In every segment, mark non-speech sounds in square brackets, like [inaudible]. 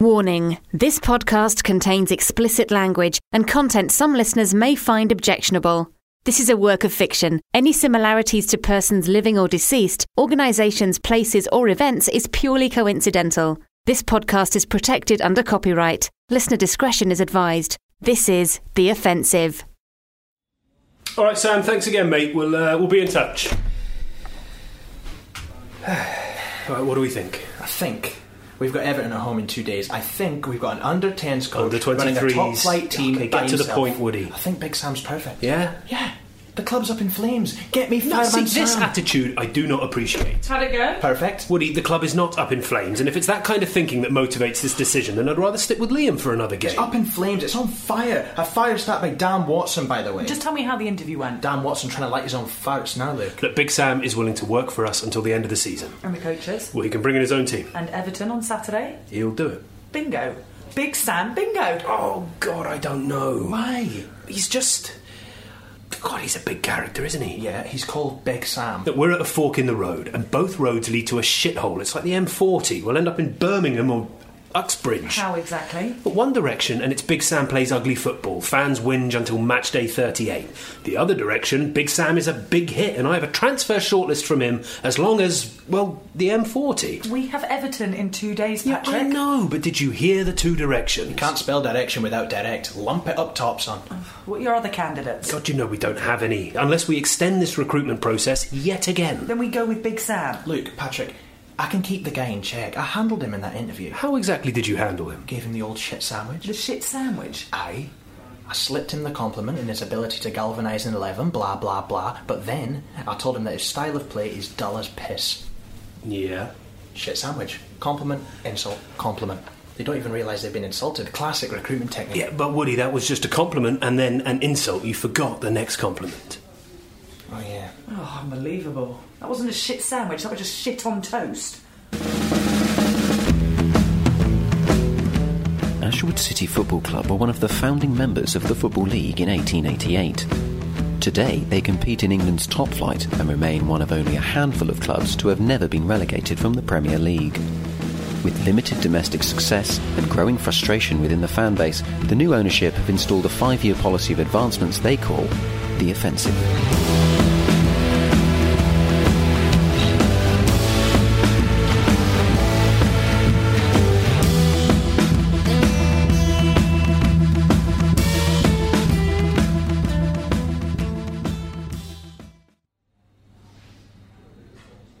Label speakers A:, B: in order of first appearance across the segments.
A: Warning This podcast contains explicit language and content some listeners may find objectionable. This is a work of fiction. Any similarities to persons living or deceased, organisations, places, or events is purely coincidental. This podcast is protected under copyright. Listener discretion is advised. This is The Offensive.
B: All right, Sam. Thanks again, mate. We'll uh, we'll be in touch. [sighs] All right, what do we think?
C: I think we've got Everton at home in two days. I think we've got an under 10s coach
B: Under
C: running a
B: 23s.
C: top flight team.
B: Oh, Okay,
C: by
B: get to the
C: himself.
B: point, Woody.
C: I think Big Sam's perfect.
B: Yeah.
C: Yeah. The club's up in flames. Get me
B: No,
C: five
B: see,
C: man
B: this
C: Sam.
B: attitude I do not appreciate.
D: Had it go?
C: Perfect.
B: Woody, the club is not up in flames, and if it's that kind of thinking that motivates this decision, then I'd rather stick with Liam for another game.
C: Up in flames. It's on fire. A fire start by Dan Watson, by the way.
D: Just tell me how the interview went.
C: Dan Watson trying to light his own farts now, Luke.
B: That Big Sam is willing to work for us until the end of the season.
D: And the coaches.
B: Well, he can bring in his own team.
D: And Everton on Saturday.
B: He'll do it.
D: Bingo. Big Sam, bingo.
B: Oh God, I don't know.
C: Why?
B: He's just. God, he's a big character, isn't he?
C: Yeah, he's called Big Sam.
B: That we're at a fork in the road, and both roads lead to a shithole. It's like the M40. We'll end up in Birmingham or Uxbridge.
D: How exactly?
B: But one direction, and it's Big Sam plays ugly football. Fans whinge until match day 38. The other direction, Big Sam is a big hit, and I have a transfer shortlist from him as long as, well, the M40.
D: We have Everton in two days,
B: Yeah,
D: Patrick.
B: I know, but did you hear the two directions?
C: Can't spell direction without direct. Lump it up top, son.
D: What are your other candidates?
B: God, you know we don't have any, unless we extend this recruitment process yet again.
D: Then we go with Big Sam.
C: Luke, Patrick, I can keep the guy in check. I handled him in that interview.
B: How exactly did you handle him?
C: Gave him the old shit sandwich.
D: The shit sandwich.
C: I. I slipped him the compliment in his ability to galvanise an 11, blah blah blah, but then I told him that his style of play is dull as piss.
B: Yeah.
C: Shit sandwich. Compliment, insult, compliment. They don't even realise they've been insulted. Classic recruitment technique.
B: Yeah, but Woody, that was just a compliment and then an insult. You forgot the next compliment.
C: Oh, yeah.
D: Oh, unbelievable. That wasn't a shit sandwich, that was just shit on toast.
E: Ashwood City Football Club were one of the founding members of the Football League in 1888. Today, they compete in England's top flight and remain one of only a handful of clubs to have never been relegated from the Premier League. With limited domestic success and growing frustration within the fan base, the new ownership have installed a five year policy of advancements they call the offensive.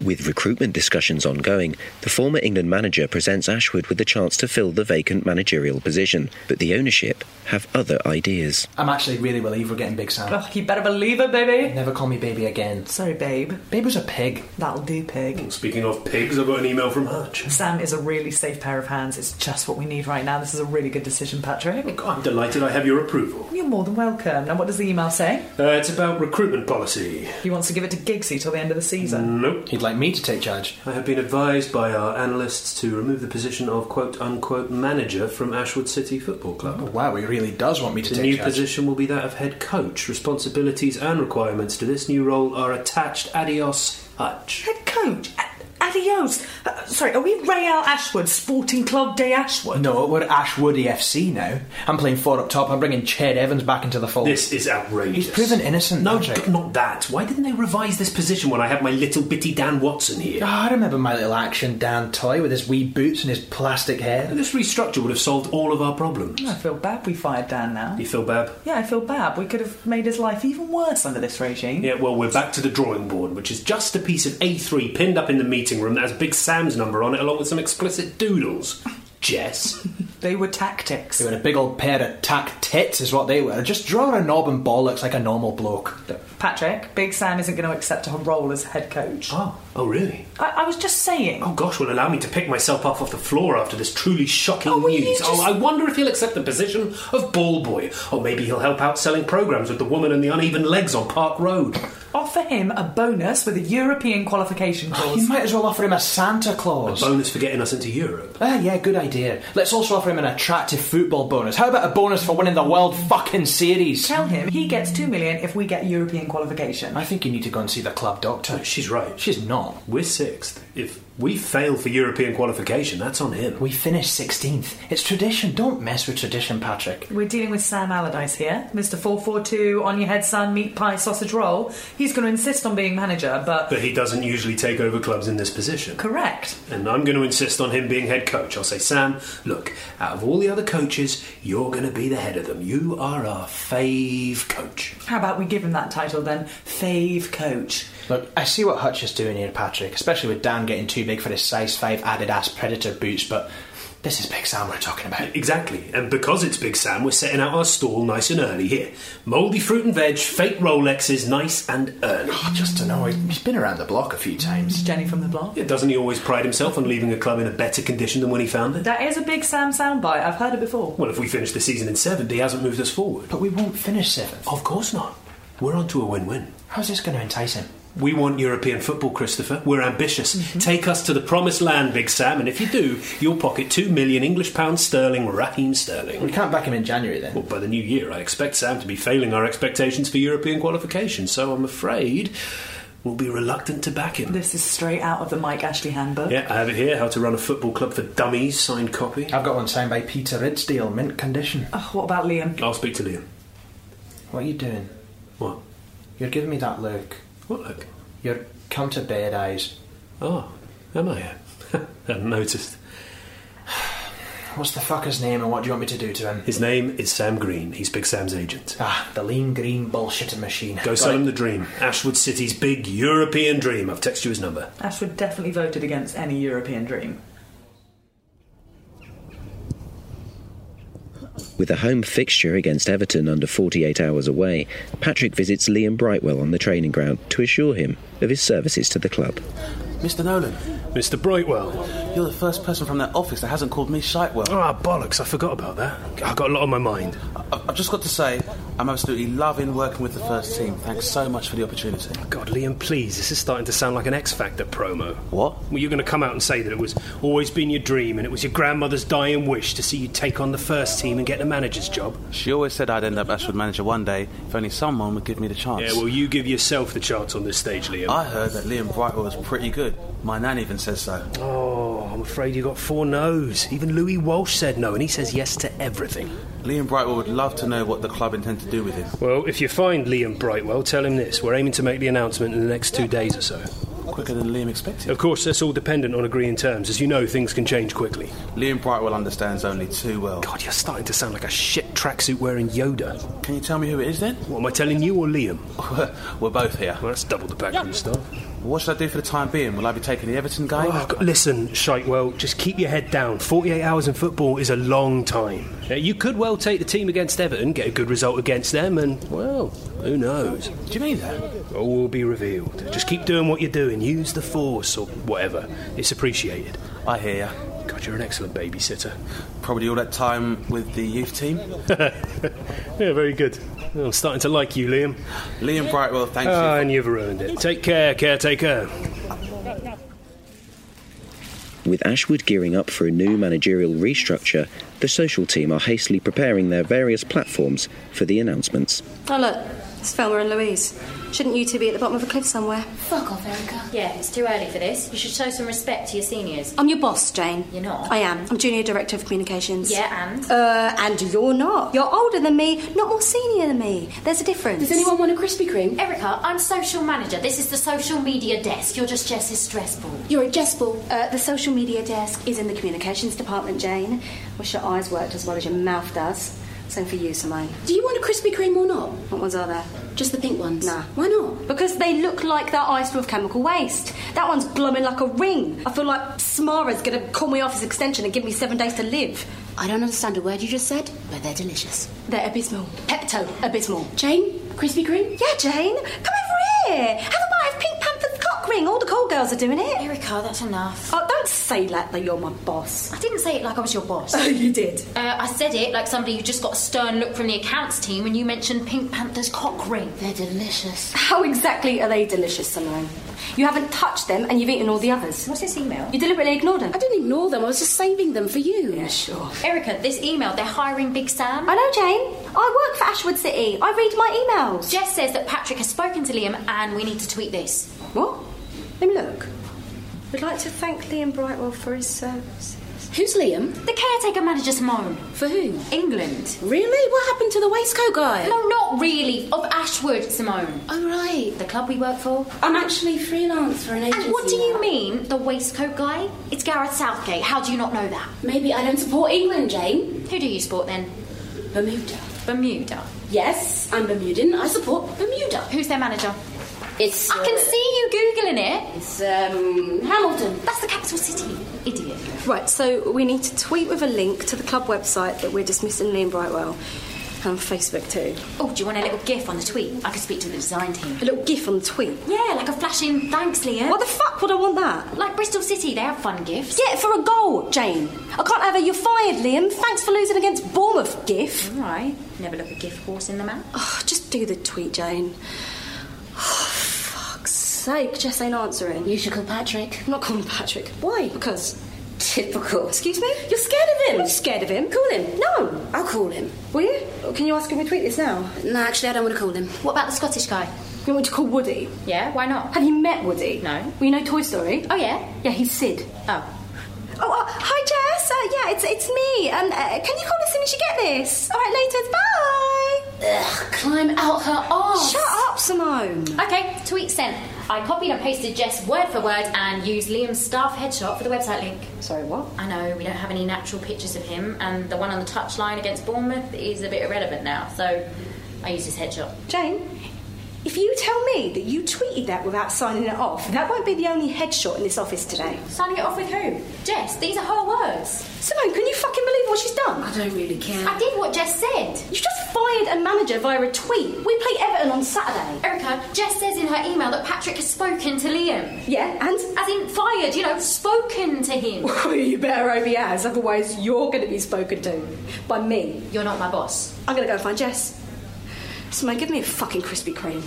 E: With recruitment discussions ongoing, the former England manager presents Ashwood with the chance to fill the vacant managerial position, but the ownership have other ideas.
C: I'm actually really relieved we're getting Big Sam.
D: Oh, you better believe it, baby.
C: Never call me baby again.
D: Sorry, babe.
C: Babe was a pig.
D: That'll do, pig.
B: Speaking of pigs, I got an email from Hutch.
D: Sam is a really safe pair of hands. It's just what we need right now. This is a really good decision, Patrick.
B: Oh I'm delighted I have your approval.
D: You're more than welcome. Now, what does the email say?
B: Uh, it's about recruitment policy.
D: He wants to give it to Giggsy till the end of the season.
B: Nope.
C: He'd like me to take charge.
B: I have been advised by our analysts to remove the position of quote unquote manager from Ashwood City Football Club.
C: Oh, wow, he really does want me to
B: The
C: take
B: new
C: charge.
B: position will be that of head coach. Responsibilities and requirements to this new role are attached. Adios, Hutch.
D: Head coach. A- adios. Uh, sorry, are we Real Ashwood Sporting Club de Ashwood?
C: No, we're Ashwood EFC now. I'm playing four up top. I'm bringing Chad Evans back into the fold.
B: This is outrageous.
C: He's proven innocent,
B: No,
C: Patrick.
B: but not that. Why didn't they revise this position when I had my little bitty Dan Watson
C: Oh,
B: here?
C: I remember my little action Dan toy with his wee boots and his plastic hair.
B: This restructure would have solved all of our problems.
D: I feel bad we fired Dan now.
B: You feel bad?
D: Yeah, I feel bad. We could have made his life even worse under this regime.
B: Yeah, well, we're back to the drawing board, which is just a piece of A3 pinned up in the meeting room that has Big Sam's number on it, along with some explicit doodles. Jess?
D: They were tactics.
C: They were a big old pair of tack tits, is what they were. Just draw a knob and bollocks like a normal bloke.
D: Patrick, Big Sam isn't going to accept a role as head coach.
B: Oh, oh, really?
D: I, I was just saying.
B: Oh gosh, will allow me to pick myself up off the floor after this truly shocking
D: Oh, will you
B: news.
D: just-
B: Oh, I wonder if he'll accept the position of ball boy, or maybe he'll help out selling programs with the woman and the uneven legs on Park Road.
D: Offer him a bonus with a European qualification
C: You
D: clause.
C: might as well offer him a Santa Claus.
B: Bonus for getting us into Europe.
C: Ah, yeah, good idea. Let's also offer him an attractive football bonus. How about a bonus for winning the World fucking Series?
D: [laughs] Tell him he gets two million if we get European qualification.
C: I think you need to go and see the club doctor.
B: She's right.
C: She's not.
B: We're sixth. If we fail for European qualification, that's on him.
C: We finished 16th. It's tradition. Don't mess with tradition, Patrick.
D: We're dealing with Sam Allardyce here, Mr. 442, on your head, son, meat pie, sausage roll. He's going to insist on being manager, but.
B: But he doesn't usually take over clubs in this position.
D: Correct.
B: And I'm going to insist on him being head coach. I'll say, Sam, look, out of all the other coaches, you're going to be the head of them. You are our fave coach.
D: How about we give him that title then? Fave coach.
C: Look, I see what Hutch is doing here, Patrick, especially with Dan getting too big for his size 5 added ass predator boots, but this is Big Sam we're talking about.
B: Exactly. And because it's Big Sam, we're setting out our stall nice and early here. Mouldy fruit and veg, fake Rolexes, nice and early.
C: Oh, just to know, he's been around the block a few times.
D: Jenny from the block.
B: Yeah, Doesn't he always pride himself on leaving a club in a better condition than when he found it?
D: That is a big Sam soundbite. I've heard it before.
B: Well, if we finish the season in seventh, he hasn't moved us forward.
C: But we won't finish 7th.
B: Of course not. We're on to a win-win.
C: How's this going to entice him?
B: We want European football, Christopher. We're ambitious. Take us to the promised land, Big Sam, and if you do, you'll pocket two million English pounds sterling, Raheem
C: We
B: Sterling.
C: can't back him in January then.
B: Well, by the new year, I expect Sam to be failing our expectations for European qualification, so I'm afraid we'll be reluctant to back him.
D: This is straight out of the Mike Ashley handbook.
B: Yeah, I have it here How to Run a Football Club for Dummies, signed copy.
C: I've got one signed by Peter Ridsdale, mint condition.
D: Oh, what about Liam?
B: I'll speak to Liam.
C: What are you doing?
B: What?
C: You're giving me that look.
B: What look?
C: You're come to bed eyes.
B: Oh, am I? [laughs] hadn't noticed.
C: What's the fucker's name and what do you want me to do to him?
B: His name is Sam Green. He's Big Sam's agent.
C: Ah, the lean green bullshitting machine.
B: Go
C: Got
B: sell
C: it.
B: him the dream. Ashwood City's big European dream. I've texted you his number.
D: Ashford definitely voted against any European dream.
E: With a home fixture against Everton under 48 hours away, Patrick visits Liam Brightwell on the training ground to assure him of his services to the club.
F: Mr. Nolan,
B: Mr. Brightwell.
F: you're the first person from that office that hasn't called me Shitewell.
B: Ah, bollocks. I forgot about that. I've got a lot on my mind. Oh,
F: I- I've just got to say, I'm absolutely loving working with the first team. Thanks so much for the opportunity.
B: God, Liam, please. This is starting to sound like an X Factor promo.
F: What?
B: Well, you're going to come out and say that it was always been your dream and it was your grandmother's dying wish to see you take on the first team and get the manager's job.
F: She always said I'd end up Ashford manager one day if only someone would give me the chance.
B: Yeah, well, you give yourself the chance on this stage, Liam.
F: I heard that Liam Brightwell was pretty good. My nan even says so.
B: Oh, I'm afraid you got four no's. Even Louis Walsh said no, and he says yes to everything.
F: Liam Brightwell would love to know what the club intend to do with him.
B: Well, if you find Liam Brightwell, tell him this. We're aiming to make the announcement in the next two days or so.
F: Quicker than Liam expected.
B: Of course, that's all dependent on agreeing terms. As you know, things can change quickly.
F: Liam Brightwell understands only too well.
B: God, you're starting to sound like a shit tracksuit wearing Yoda.
F: Can you tell me who it is then?
B: What am I telling you or [laughs] Liam?
F: We're both here.
B: Well, that's double the backroom stuff.
F: What should I do for the time being? Will I be taking the Everton game?
B: Oh, God, listen, Shitewell, just keep your head down. 48 hours in football is a long time. Now, you could well take the team against Everton, get a good result against them, and, well, who knows?
F: Do you mean that?
B: All will be revealed. Just keep doing what you're doing. Use the force or whatever. It's appreciated.
F: I hear ya.
B: God, you're an excellent babysitter.
F: Probably all that time with the youth team.
B: Yeah, very good. I'm starting to like you, Liam.
F: Liam Brightwell, thank
B: Ah,
F: you.
B: and you've ruined it. Take care, caretaker.
E: With Ashwood gearing up for a new managerial restructure, the social team are hastily preparing their various platforms for the announcements.
G: Oh, look, It's Velma and Louise. Shouldn't you two be at the bottom of a cliff somewhere?
H: Fuck off, Erica. Yeah, it's too early for this. You should show some respect to your seniors.
G: I'm your boss, Jane.
H: You're not.
G: I am. I'm Junior Director of Communications.
H: Yeah, and?
G: Uh, and you're not. You're older than me, not more senior than me. There's a difference.
H: Does anyone want a Krispy Kreme? Erica, I'm social manager. This is the social media desk. You're just Jess's stress ball.
G: You're a Jess ball. Uh, the social media desk is in the communications department, Jane. Wish your eyes worked as well as your mouth does. Same for you, Simone.
H: Do you want a Krispy Kreme or not?
G: What ones are there?
H: Just the pink ones.
G: Nah.
H: Why not?
G: Because they look like they're iced with chemical waste. That one's glowing like a ring. I feel like Smara's gonna call me off his extension and give me seven days to live.
H: I don't understand a word you just said, but they're delicious.
G: They're abysmal.
H: Pepto.
G: Abysmal.
H: Jane, Krispy Kreme?
G: Yeah, Jane, come over here. Have a bite of Pink Panther's cock ring. All the cool girls are doing it.
H: Erica, that's enough.
G: Oh, don't say that, though. You're my boss.
H: I didn't say it like I was your boss.
G: Oh, [laughs] you did.
H: Uh, I said it like somebody who just got a stern look from the accounts team when you mentioned Pink Panther's cock ring. They're delicious.
G: How exactly are they delicious, Simone? You haven't touched them and you've eaten all the others.
H: What's this email?
G: You deliberately ignored them.
H: I didn't ignore them, I was just saving them for you.
G: Yeah, sure.
H: Erica, this email, they're hiring Big Sam.
G: I know, Jane. I work for Ashwood City. I read my emails.
H: Jess says that Patrick has spoken to Liam and we need to tweet this.
G: What? Let me look. We'd like to thank Liam Brightwell for his services.
H: Who's Liam? The caretaker manager Simone. For who? England. Really? What happened to the waistcoat guy? No, not really. Of Ashwood, Simone. Oh, right. The club we work for. I'm actually freelance for an agency. And what do you mean, the waistcoat guy? It's Gareth Southgate. How do you not know that? Maybe I don't support England, Jane. Who do you support then? Bermuda. Bermuda? Yes, I'm Bermudan. I support Bermuda. Who's their manager? It's. I can see you Googling it. It's, um, Hamilton. That's the capital city. Idiot.
G: Right, so we need to tweet with a link to the club website that we're dismissing Liam Brightwell. And Facebook too.
H: Oh, do you want a little gif on the tweet? I could speak to the design team.
G: A little gif on the tweet.
H: Yeah, like a flashing thanks, Liam.
G: What the fuck would I want that?
H: Like Bristol City, they have fun gifts.
G: Yeah, for a goal, Jane. I can't have a you're fired, Liam. Thanks for losing against Bournemouth gif.
H: All right. Never look a gift horse in the mouth.
G: Oh, just do the tweet, Jane. Oh, fuck's sake, Jess ain't answering.
H: You should call Patrick.
G: I'm not calling Patrick. Why? Because.
H: Typical.
G: Excuse me?
H: You're scared of him.
G: I'm scared of him.
H: Call him.
G: No!
H: I'll call him.
G: Will you? Can you ask him to tweet this now?
H: No, actually, I don't want to call him. What about the Scottish guy?
G: You want me to call Woody?
H: Yeah, why not?
G: Have you met Woody?
H: No.
G: Well, you know Toy Story?
H: Oh, yeah?
G: Yeah, he's Sid.
H: Oh.
G: Oh, uh, hi, Jess. Uh, yeah, it's it's me. Um, uh, can you call as soon as you get this? All right, later. Bye.
H: Ugh, climb out her arse.
G: Shut up, Simone.
H: Okay, tweet sent. I copied and pasted Jess word for word and used Liam's staff headshot for the website link.
G: Sorry, what?
H: I know we don't have any natural pictures of him, and the one on the touchline against Bournemouth is a bit irrelevant now, so I used his headshot.
G: Jane, if you tell me that you tweeted that without signing it off, that won't be the only headshot in this office today.
H: Signing it off with who? Jess, these are her words.
G: Simone, can you fucking believe what she's done?
H: I don't really care. I did what Jess said.
G: You just fired a manager via a tweet. We play Everton on Saturday.
H: Erica, Jess says in her email that Patrick has spoken to Liam.
G: Yeah, and
H: As in fired, you know, spoken to him.
G: [laughs] Well, you better hope he has, otherwise you're going to be spoken to by me.
H: You're not my boss.
G: I'm going to go find Jess. Simone, give me a fucking Krispy Kreme.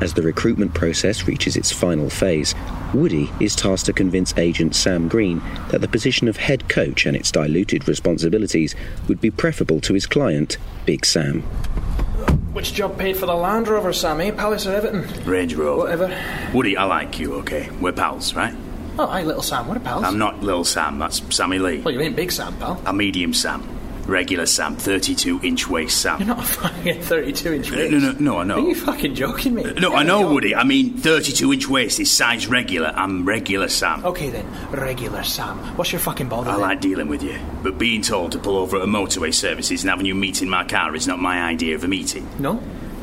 E: As the recruitment process reaches its final phase, Woody is tasked to convince agent Sam Green that the position of head coach and its diluted responsibilities would be preferable to his client, Big Sam.
C: Which job paid for the Land Rover, Sammy? Palace or Everton?
I: Range Rover.
C: Whatever.
I: Woody, I like you, okay? We're pals, right?
C: Oh, hi, little Sam. What a pals.
I: I'm not Lil Sam, that's Sammy Lee.
C: Well, you ain't big Sam, pal.
I: I'm medium Sam. Regular Sam, 32 inch waist Sam.
C: You're not a fucking 32 inch
I: Uh,
C: waist.
I: no, no, no, I know.
C: Are you fucking joking me?
I: no, I know, Woody. I mean, 32 inch waist is size regular. I'm regular Sam.
C: Okay then, regular Sam. What's your fucking bother?
I: I
C: then?
I: like dealing with you, but being told to pull over at a motorway services and having you meet in my car is not my idea of a meeting.
C: No?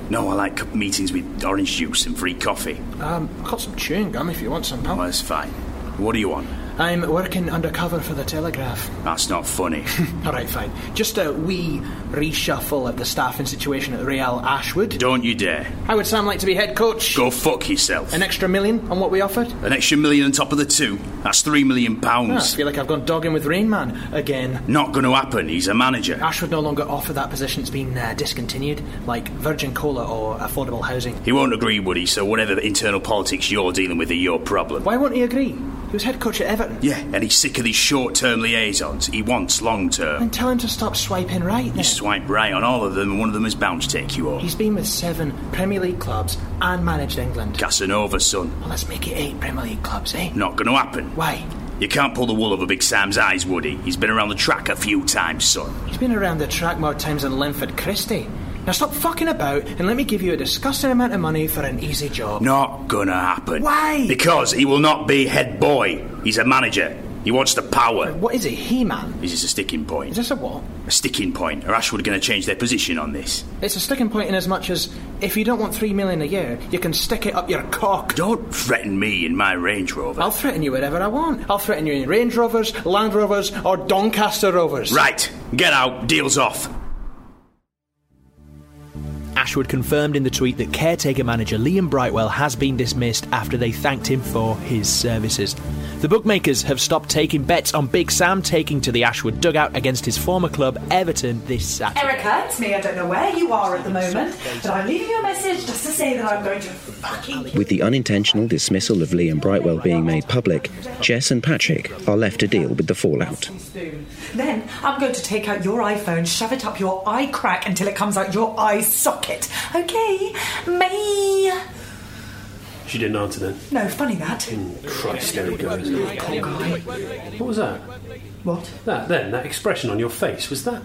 I: No, I like c- meetings with orange juice and free coffee.
C: Um, I've got some chewing gum if you want some, pal.
I: Well, that's fine. What do you want?
C: I'm working undercover for the Telegraph.
J: That's not funny.
C: All right, fine. Just a wee reshuffle of the staffing situation at Real Ashwood.
J: Don't you dare.
C: How would Sam like to be head coach?
J: Go fuck yourself.
C: An extra million on what we offered?
J: An extra million on top of the two. That's three million
C: Ah, I
J: pounds.
C: feel like I've gone dogging with Rain Man again.
J: Not going to happen. He's a manager.
C: Ashwood no longer offer that position. It's been uh, discontinued, like Virgin Cola or affordable housing.
J: He won't agree, Woody, so whatever internal politics you're dealing with are your problem.
C: Why won't he agree? He was head coach at Everton.
J: Yeah, and he's sick of these short term liaisons. He wants long term.
C: Then tell him to stop swiping right.
J: You swipe right on all of them, and one of them is bound to take you off.
C: He's been with seven Premier League clubs and managed England.
J: Casanova, son.
C: Well, let's make it eight Premier League clubs, eh?
J: Not going to happen.
C: Why?
J: You can't pull the wool over Big Sam's eyes, Woody. He's been around the track a few times, son.
C: He's been around the track more times than Linford Christie. Now stop fucking about and let me give you a disgusting amount of money for an easy job.
J: Not gonna happen.
C: Why?
J: Because he will not be head boy. He's a manager. He wants the power.
C: What is he, He-Man?
J: Is this a sticking point?
C: Is this a what?
J: A sticking point? Are Ashwood going to change their position on this?
C: It's a sticking point in as much as if you don't want three million a year, you can stick it up your cock.
J: Don't threaten me in my Range Rover.
C: I'll threaten you wherever I want. I'll threaten you in Range Rovers, Land Rovers, or Doncaster Rovers.
J: Right, get out, deal's off.
K: Ashwood confirmed in the tweet that caretaker manager Liam Brightwell has been dismissed after they thanked him for his services. The bookmakers have stopped taking bets on Big Sam taking to the Ashwood dugout against his former club Everton this Saturday.
D: Erica, it's me. I don't know where you are at the moment, but I'm leaving you a message just to say that I'm going to fucking.
L: With the unintentional dismissal of Liam Brightwell being made public, Jess and Patrick are left to deal with the fallout.
D: Spoon. Then I'm going to take out your iPhone, shove it up your eye crack until it comes out your eye socket. Okay, me.
B: She didn't answer then.
D: No, funny that.
B: Christ, there he goes. What was that?
D: What?
B: That then, that expression on your face, was that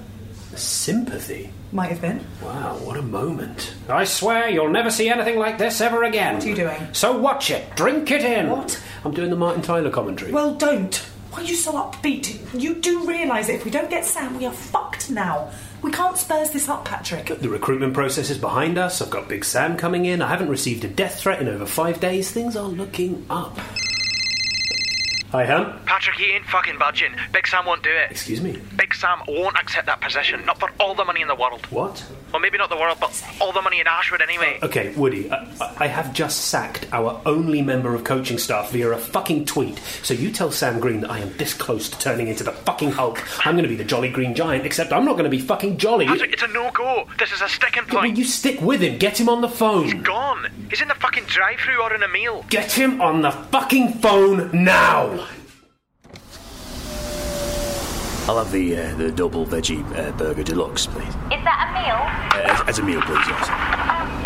B: sympathy?
D: Might have been.
B: Wow, what a moment. I swear you'll never see anything like this ever again. What are you doing? So watch it, drink it in. What? I'm doing the Martin Tyler commentary.
D: Well, don't. Why are you so upbeat? You do realise that if we don't get Sam, we are fucked now. We can't spurs this up, Patrick.
B: The recruitment process is behind us. I've got Big Sam coming in. I haven't received a death threat in over five days. Things are looking up. Hi, Ham.
M: Patrick, he ain't fucking budging. Big Sam won't do it.
B: Excuse me.
M: Big Sam won't accept that position, not for all the money in the world.
B: What?
M: Well, maybe not the world, but all the money in Ashwood anyway.
B: Okay, Woody, I, I- I have just sacked our only member of coaching staff via a fucking tweet. So you tell Sam Green that I am this close to turning into the fucking Hulk. I'm going to be the Jolly Green Giant, except I'm not going to be fucking jolly.
M: Patrick, it's a no go. This is a sticking
B: Well,
M: point.
B: you stick with him. Get him on the
M: He's
B: phone.
M: gone. He's in the fucking drive through or in a meal.
B: Get him on the fucking phone now.
J: I'll have the uh, the double veggie uh, burger deluxe, please.
N: Is that a meal?
J: Uh, as, as a meal, please. Yes.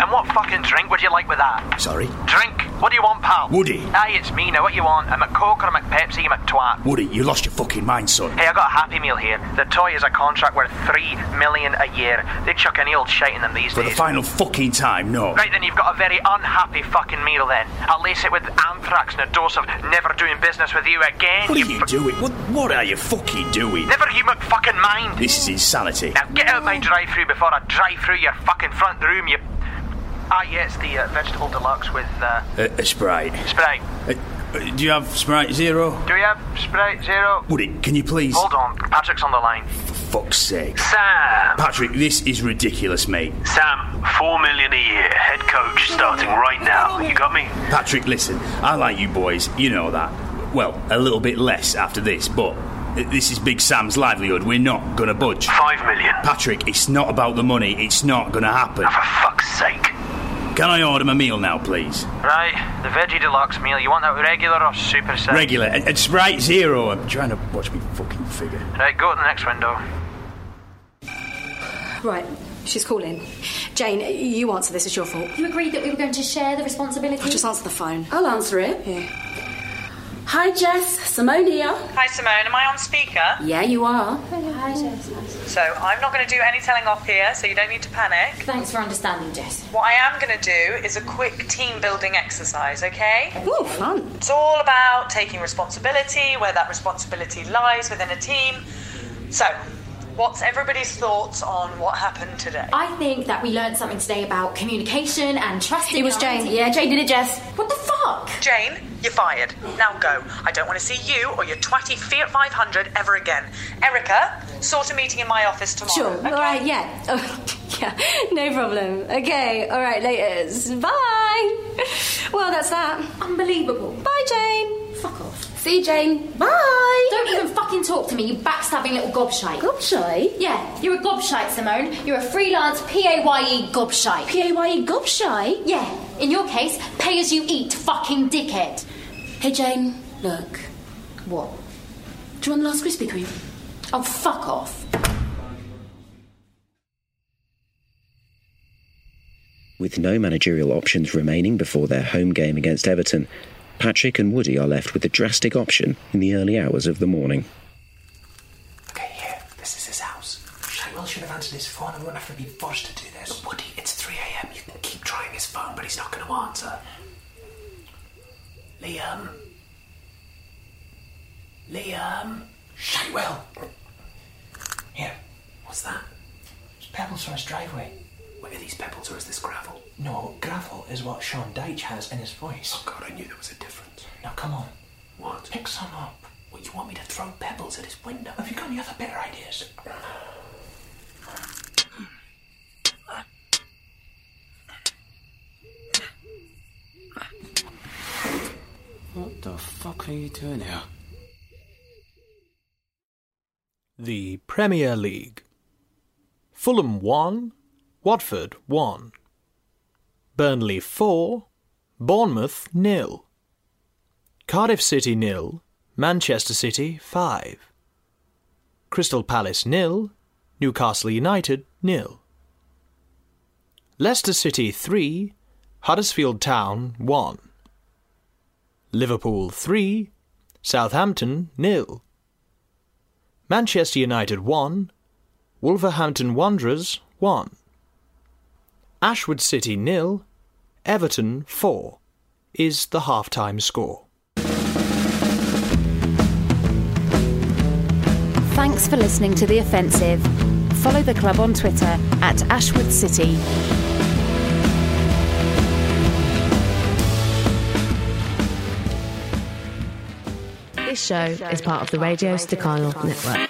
M: And what fucking drink would you like with that?
J: Sorry,
M: Drink. What do you want, pal?
J: Woody.
M: Aye, it's me. Now, what you want? A McCoke or a McPepsi, you McTwat?
J: Woody, you lost your fucking mind, son.
M: Hey, I got a Happy Meal here. The toy is a contract worth three million a year. They chuck any old shite in them these
J: For the
M: days.
J: final fucking time, no.
M: Right then, you've got a very unhappy fucking meal then. I'll lace it with anthrax and a dose of never doing business with you again.
J: What
M: you
J: are you doing? What What are you fucking doing?
M: Never you McFucking mind.
J: This is insanity.
M: Now get out my drive through before I drive through your fucking front room, you. Ah, yeah, it's the uh, vegetable deluxe with uh,
J: Uh, a Sprite.
M: Sprite.
J: Uh, uh, do you have Sprite Zero?
M: Do we have Sprite Zero?
J: Woody, can you please?
M: Hold on, Patrick's on the line.
J: Fuck's sake.
M: Sam!
J: Patrick, this is ridiculous, mate.
O: Sam, four million a year, head coach starting right now. You got me?
J: Patrick, listen, I like you boys, you know that. Well, a little bit less after this, but this is Big Sam's livelihood. We're not gonna budge.
O: Five million.
J: Patrick, it's not about the money, it's not gonna happen.
O: for fuck's sake.
J: Can I order my meal now, please?
M: Right, the veggie deluxe meal. You want that regular or super set?
J: Regular. Uh, And and Sprite Zero. I'm trying to watch me fucking figure.
M: Right, go to the next window.
P: Right, she's calling. Jane, you answer this, it's your fault.
N: You agreed that we were going to share the responsibility.
P: Just answer the phone.
N: I'll answer it. Hi, Jess. Simone here.
D: Hi, Simone. Am I on speaker?
N: Yeah, you are.
D: So I'm not going to do any telling off here, so you don't need to panic.
N: Thanks for understanding, Jess.
D: What I am going to do is a quick team building exercise, okay?
N: Ooh, fun.
D: It's all about taking responsibility, where that responsibility lies within a team. So, what's everybody's thoughts on what happened today?
N: I think that we learned something today about communication and trusting.
P: It was
N: our
P: Jane.
N: team.
P: Yeah, Jane did it, Jess.
N: What the fuck?
D: Jane, You're fired. Now go. I don't want to see you or your twatty Fiat 500 ever again. Erica, sort a meeting in my office tomorrow.
G: Sure. All right. Yeah. Oh, [laughs] yeah. No problem. Okay. All right. Later. Bye. Well, that's that. Unbelievable. Bye, Jane. Fuck off.
Q: See you, Jane. Bye. Don't even fucking talk to me, you backstabbing little gobshite. Gobshite? Yeah, you're a gobshite, Simone. You're a freelance PAYE gobshite. PAYE E, gobshite? Yeah. In your case, pay as you eat, fucking dickhead. Hey, Jane. Look. What? Do you want the last Krispy Kreme? Oh, fuck off.
E: With no managerial options remaining before their home game against Everton, Patrick and Woody are left with the drastic option in the early hours of the morning.
B: Here, this is his house. I well should have answered his phone. I won't have to be forced to do this. Woody, it's 3 a.m. You can keep trying his phone, but he's not going to answer. Liam? Liam? Shywell! Here. What's that? There's pebbles from his driveway. What are these pebbles or is this gravel? No, gravel is what Sean Deitch has in his voice. Oh god, I knew there was a difference. Now come on. What? Pick some up. What, you want me to throw pebbles at his window? Have you got any other better ideas?
R: What the fuck are you doing here?
C: The Premier League. Fulham 1, Watford 1. Burnley 4, Bournemouth 0. Cardiff City 0, Manchester City 5. Crystal Palace 0, Newcastle United 0. Leicester City 3, Huddersfield Town 1. Liverpool 3, Southampton 0. Manchester United 1, Wolverhampton Wanderers 1. Ashwood City nil, Everton 4 is the half-time score.
S: Thanks for listening to The Offensive. Follow the club on Twitter at Ashwood City.
H: This show is part of the Radio Staccato Network.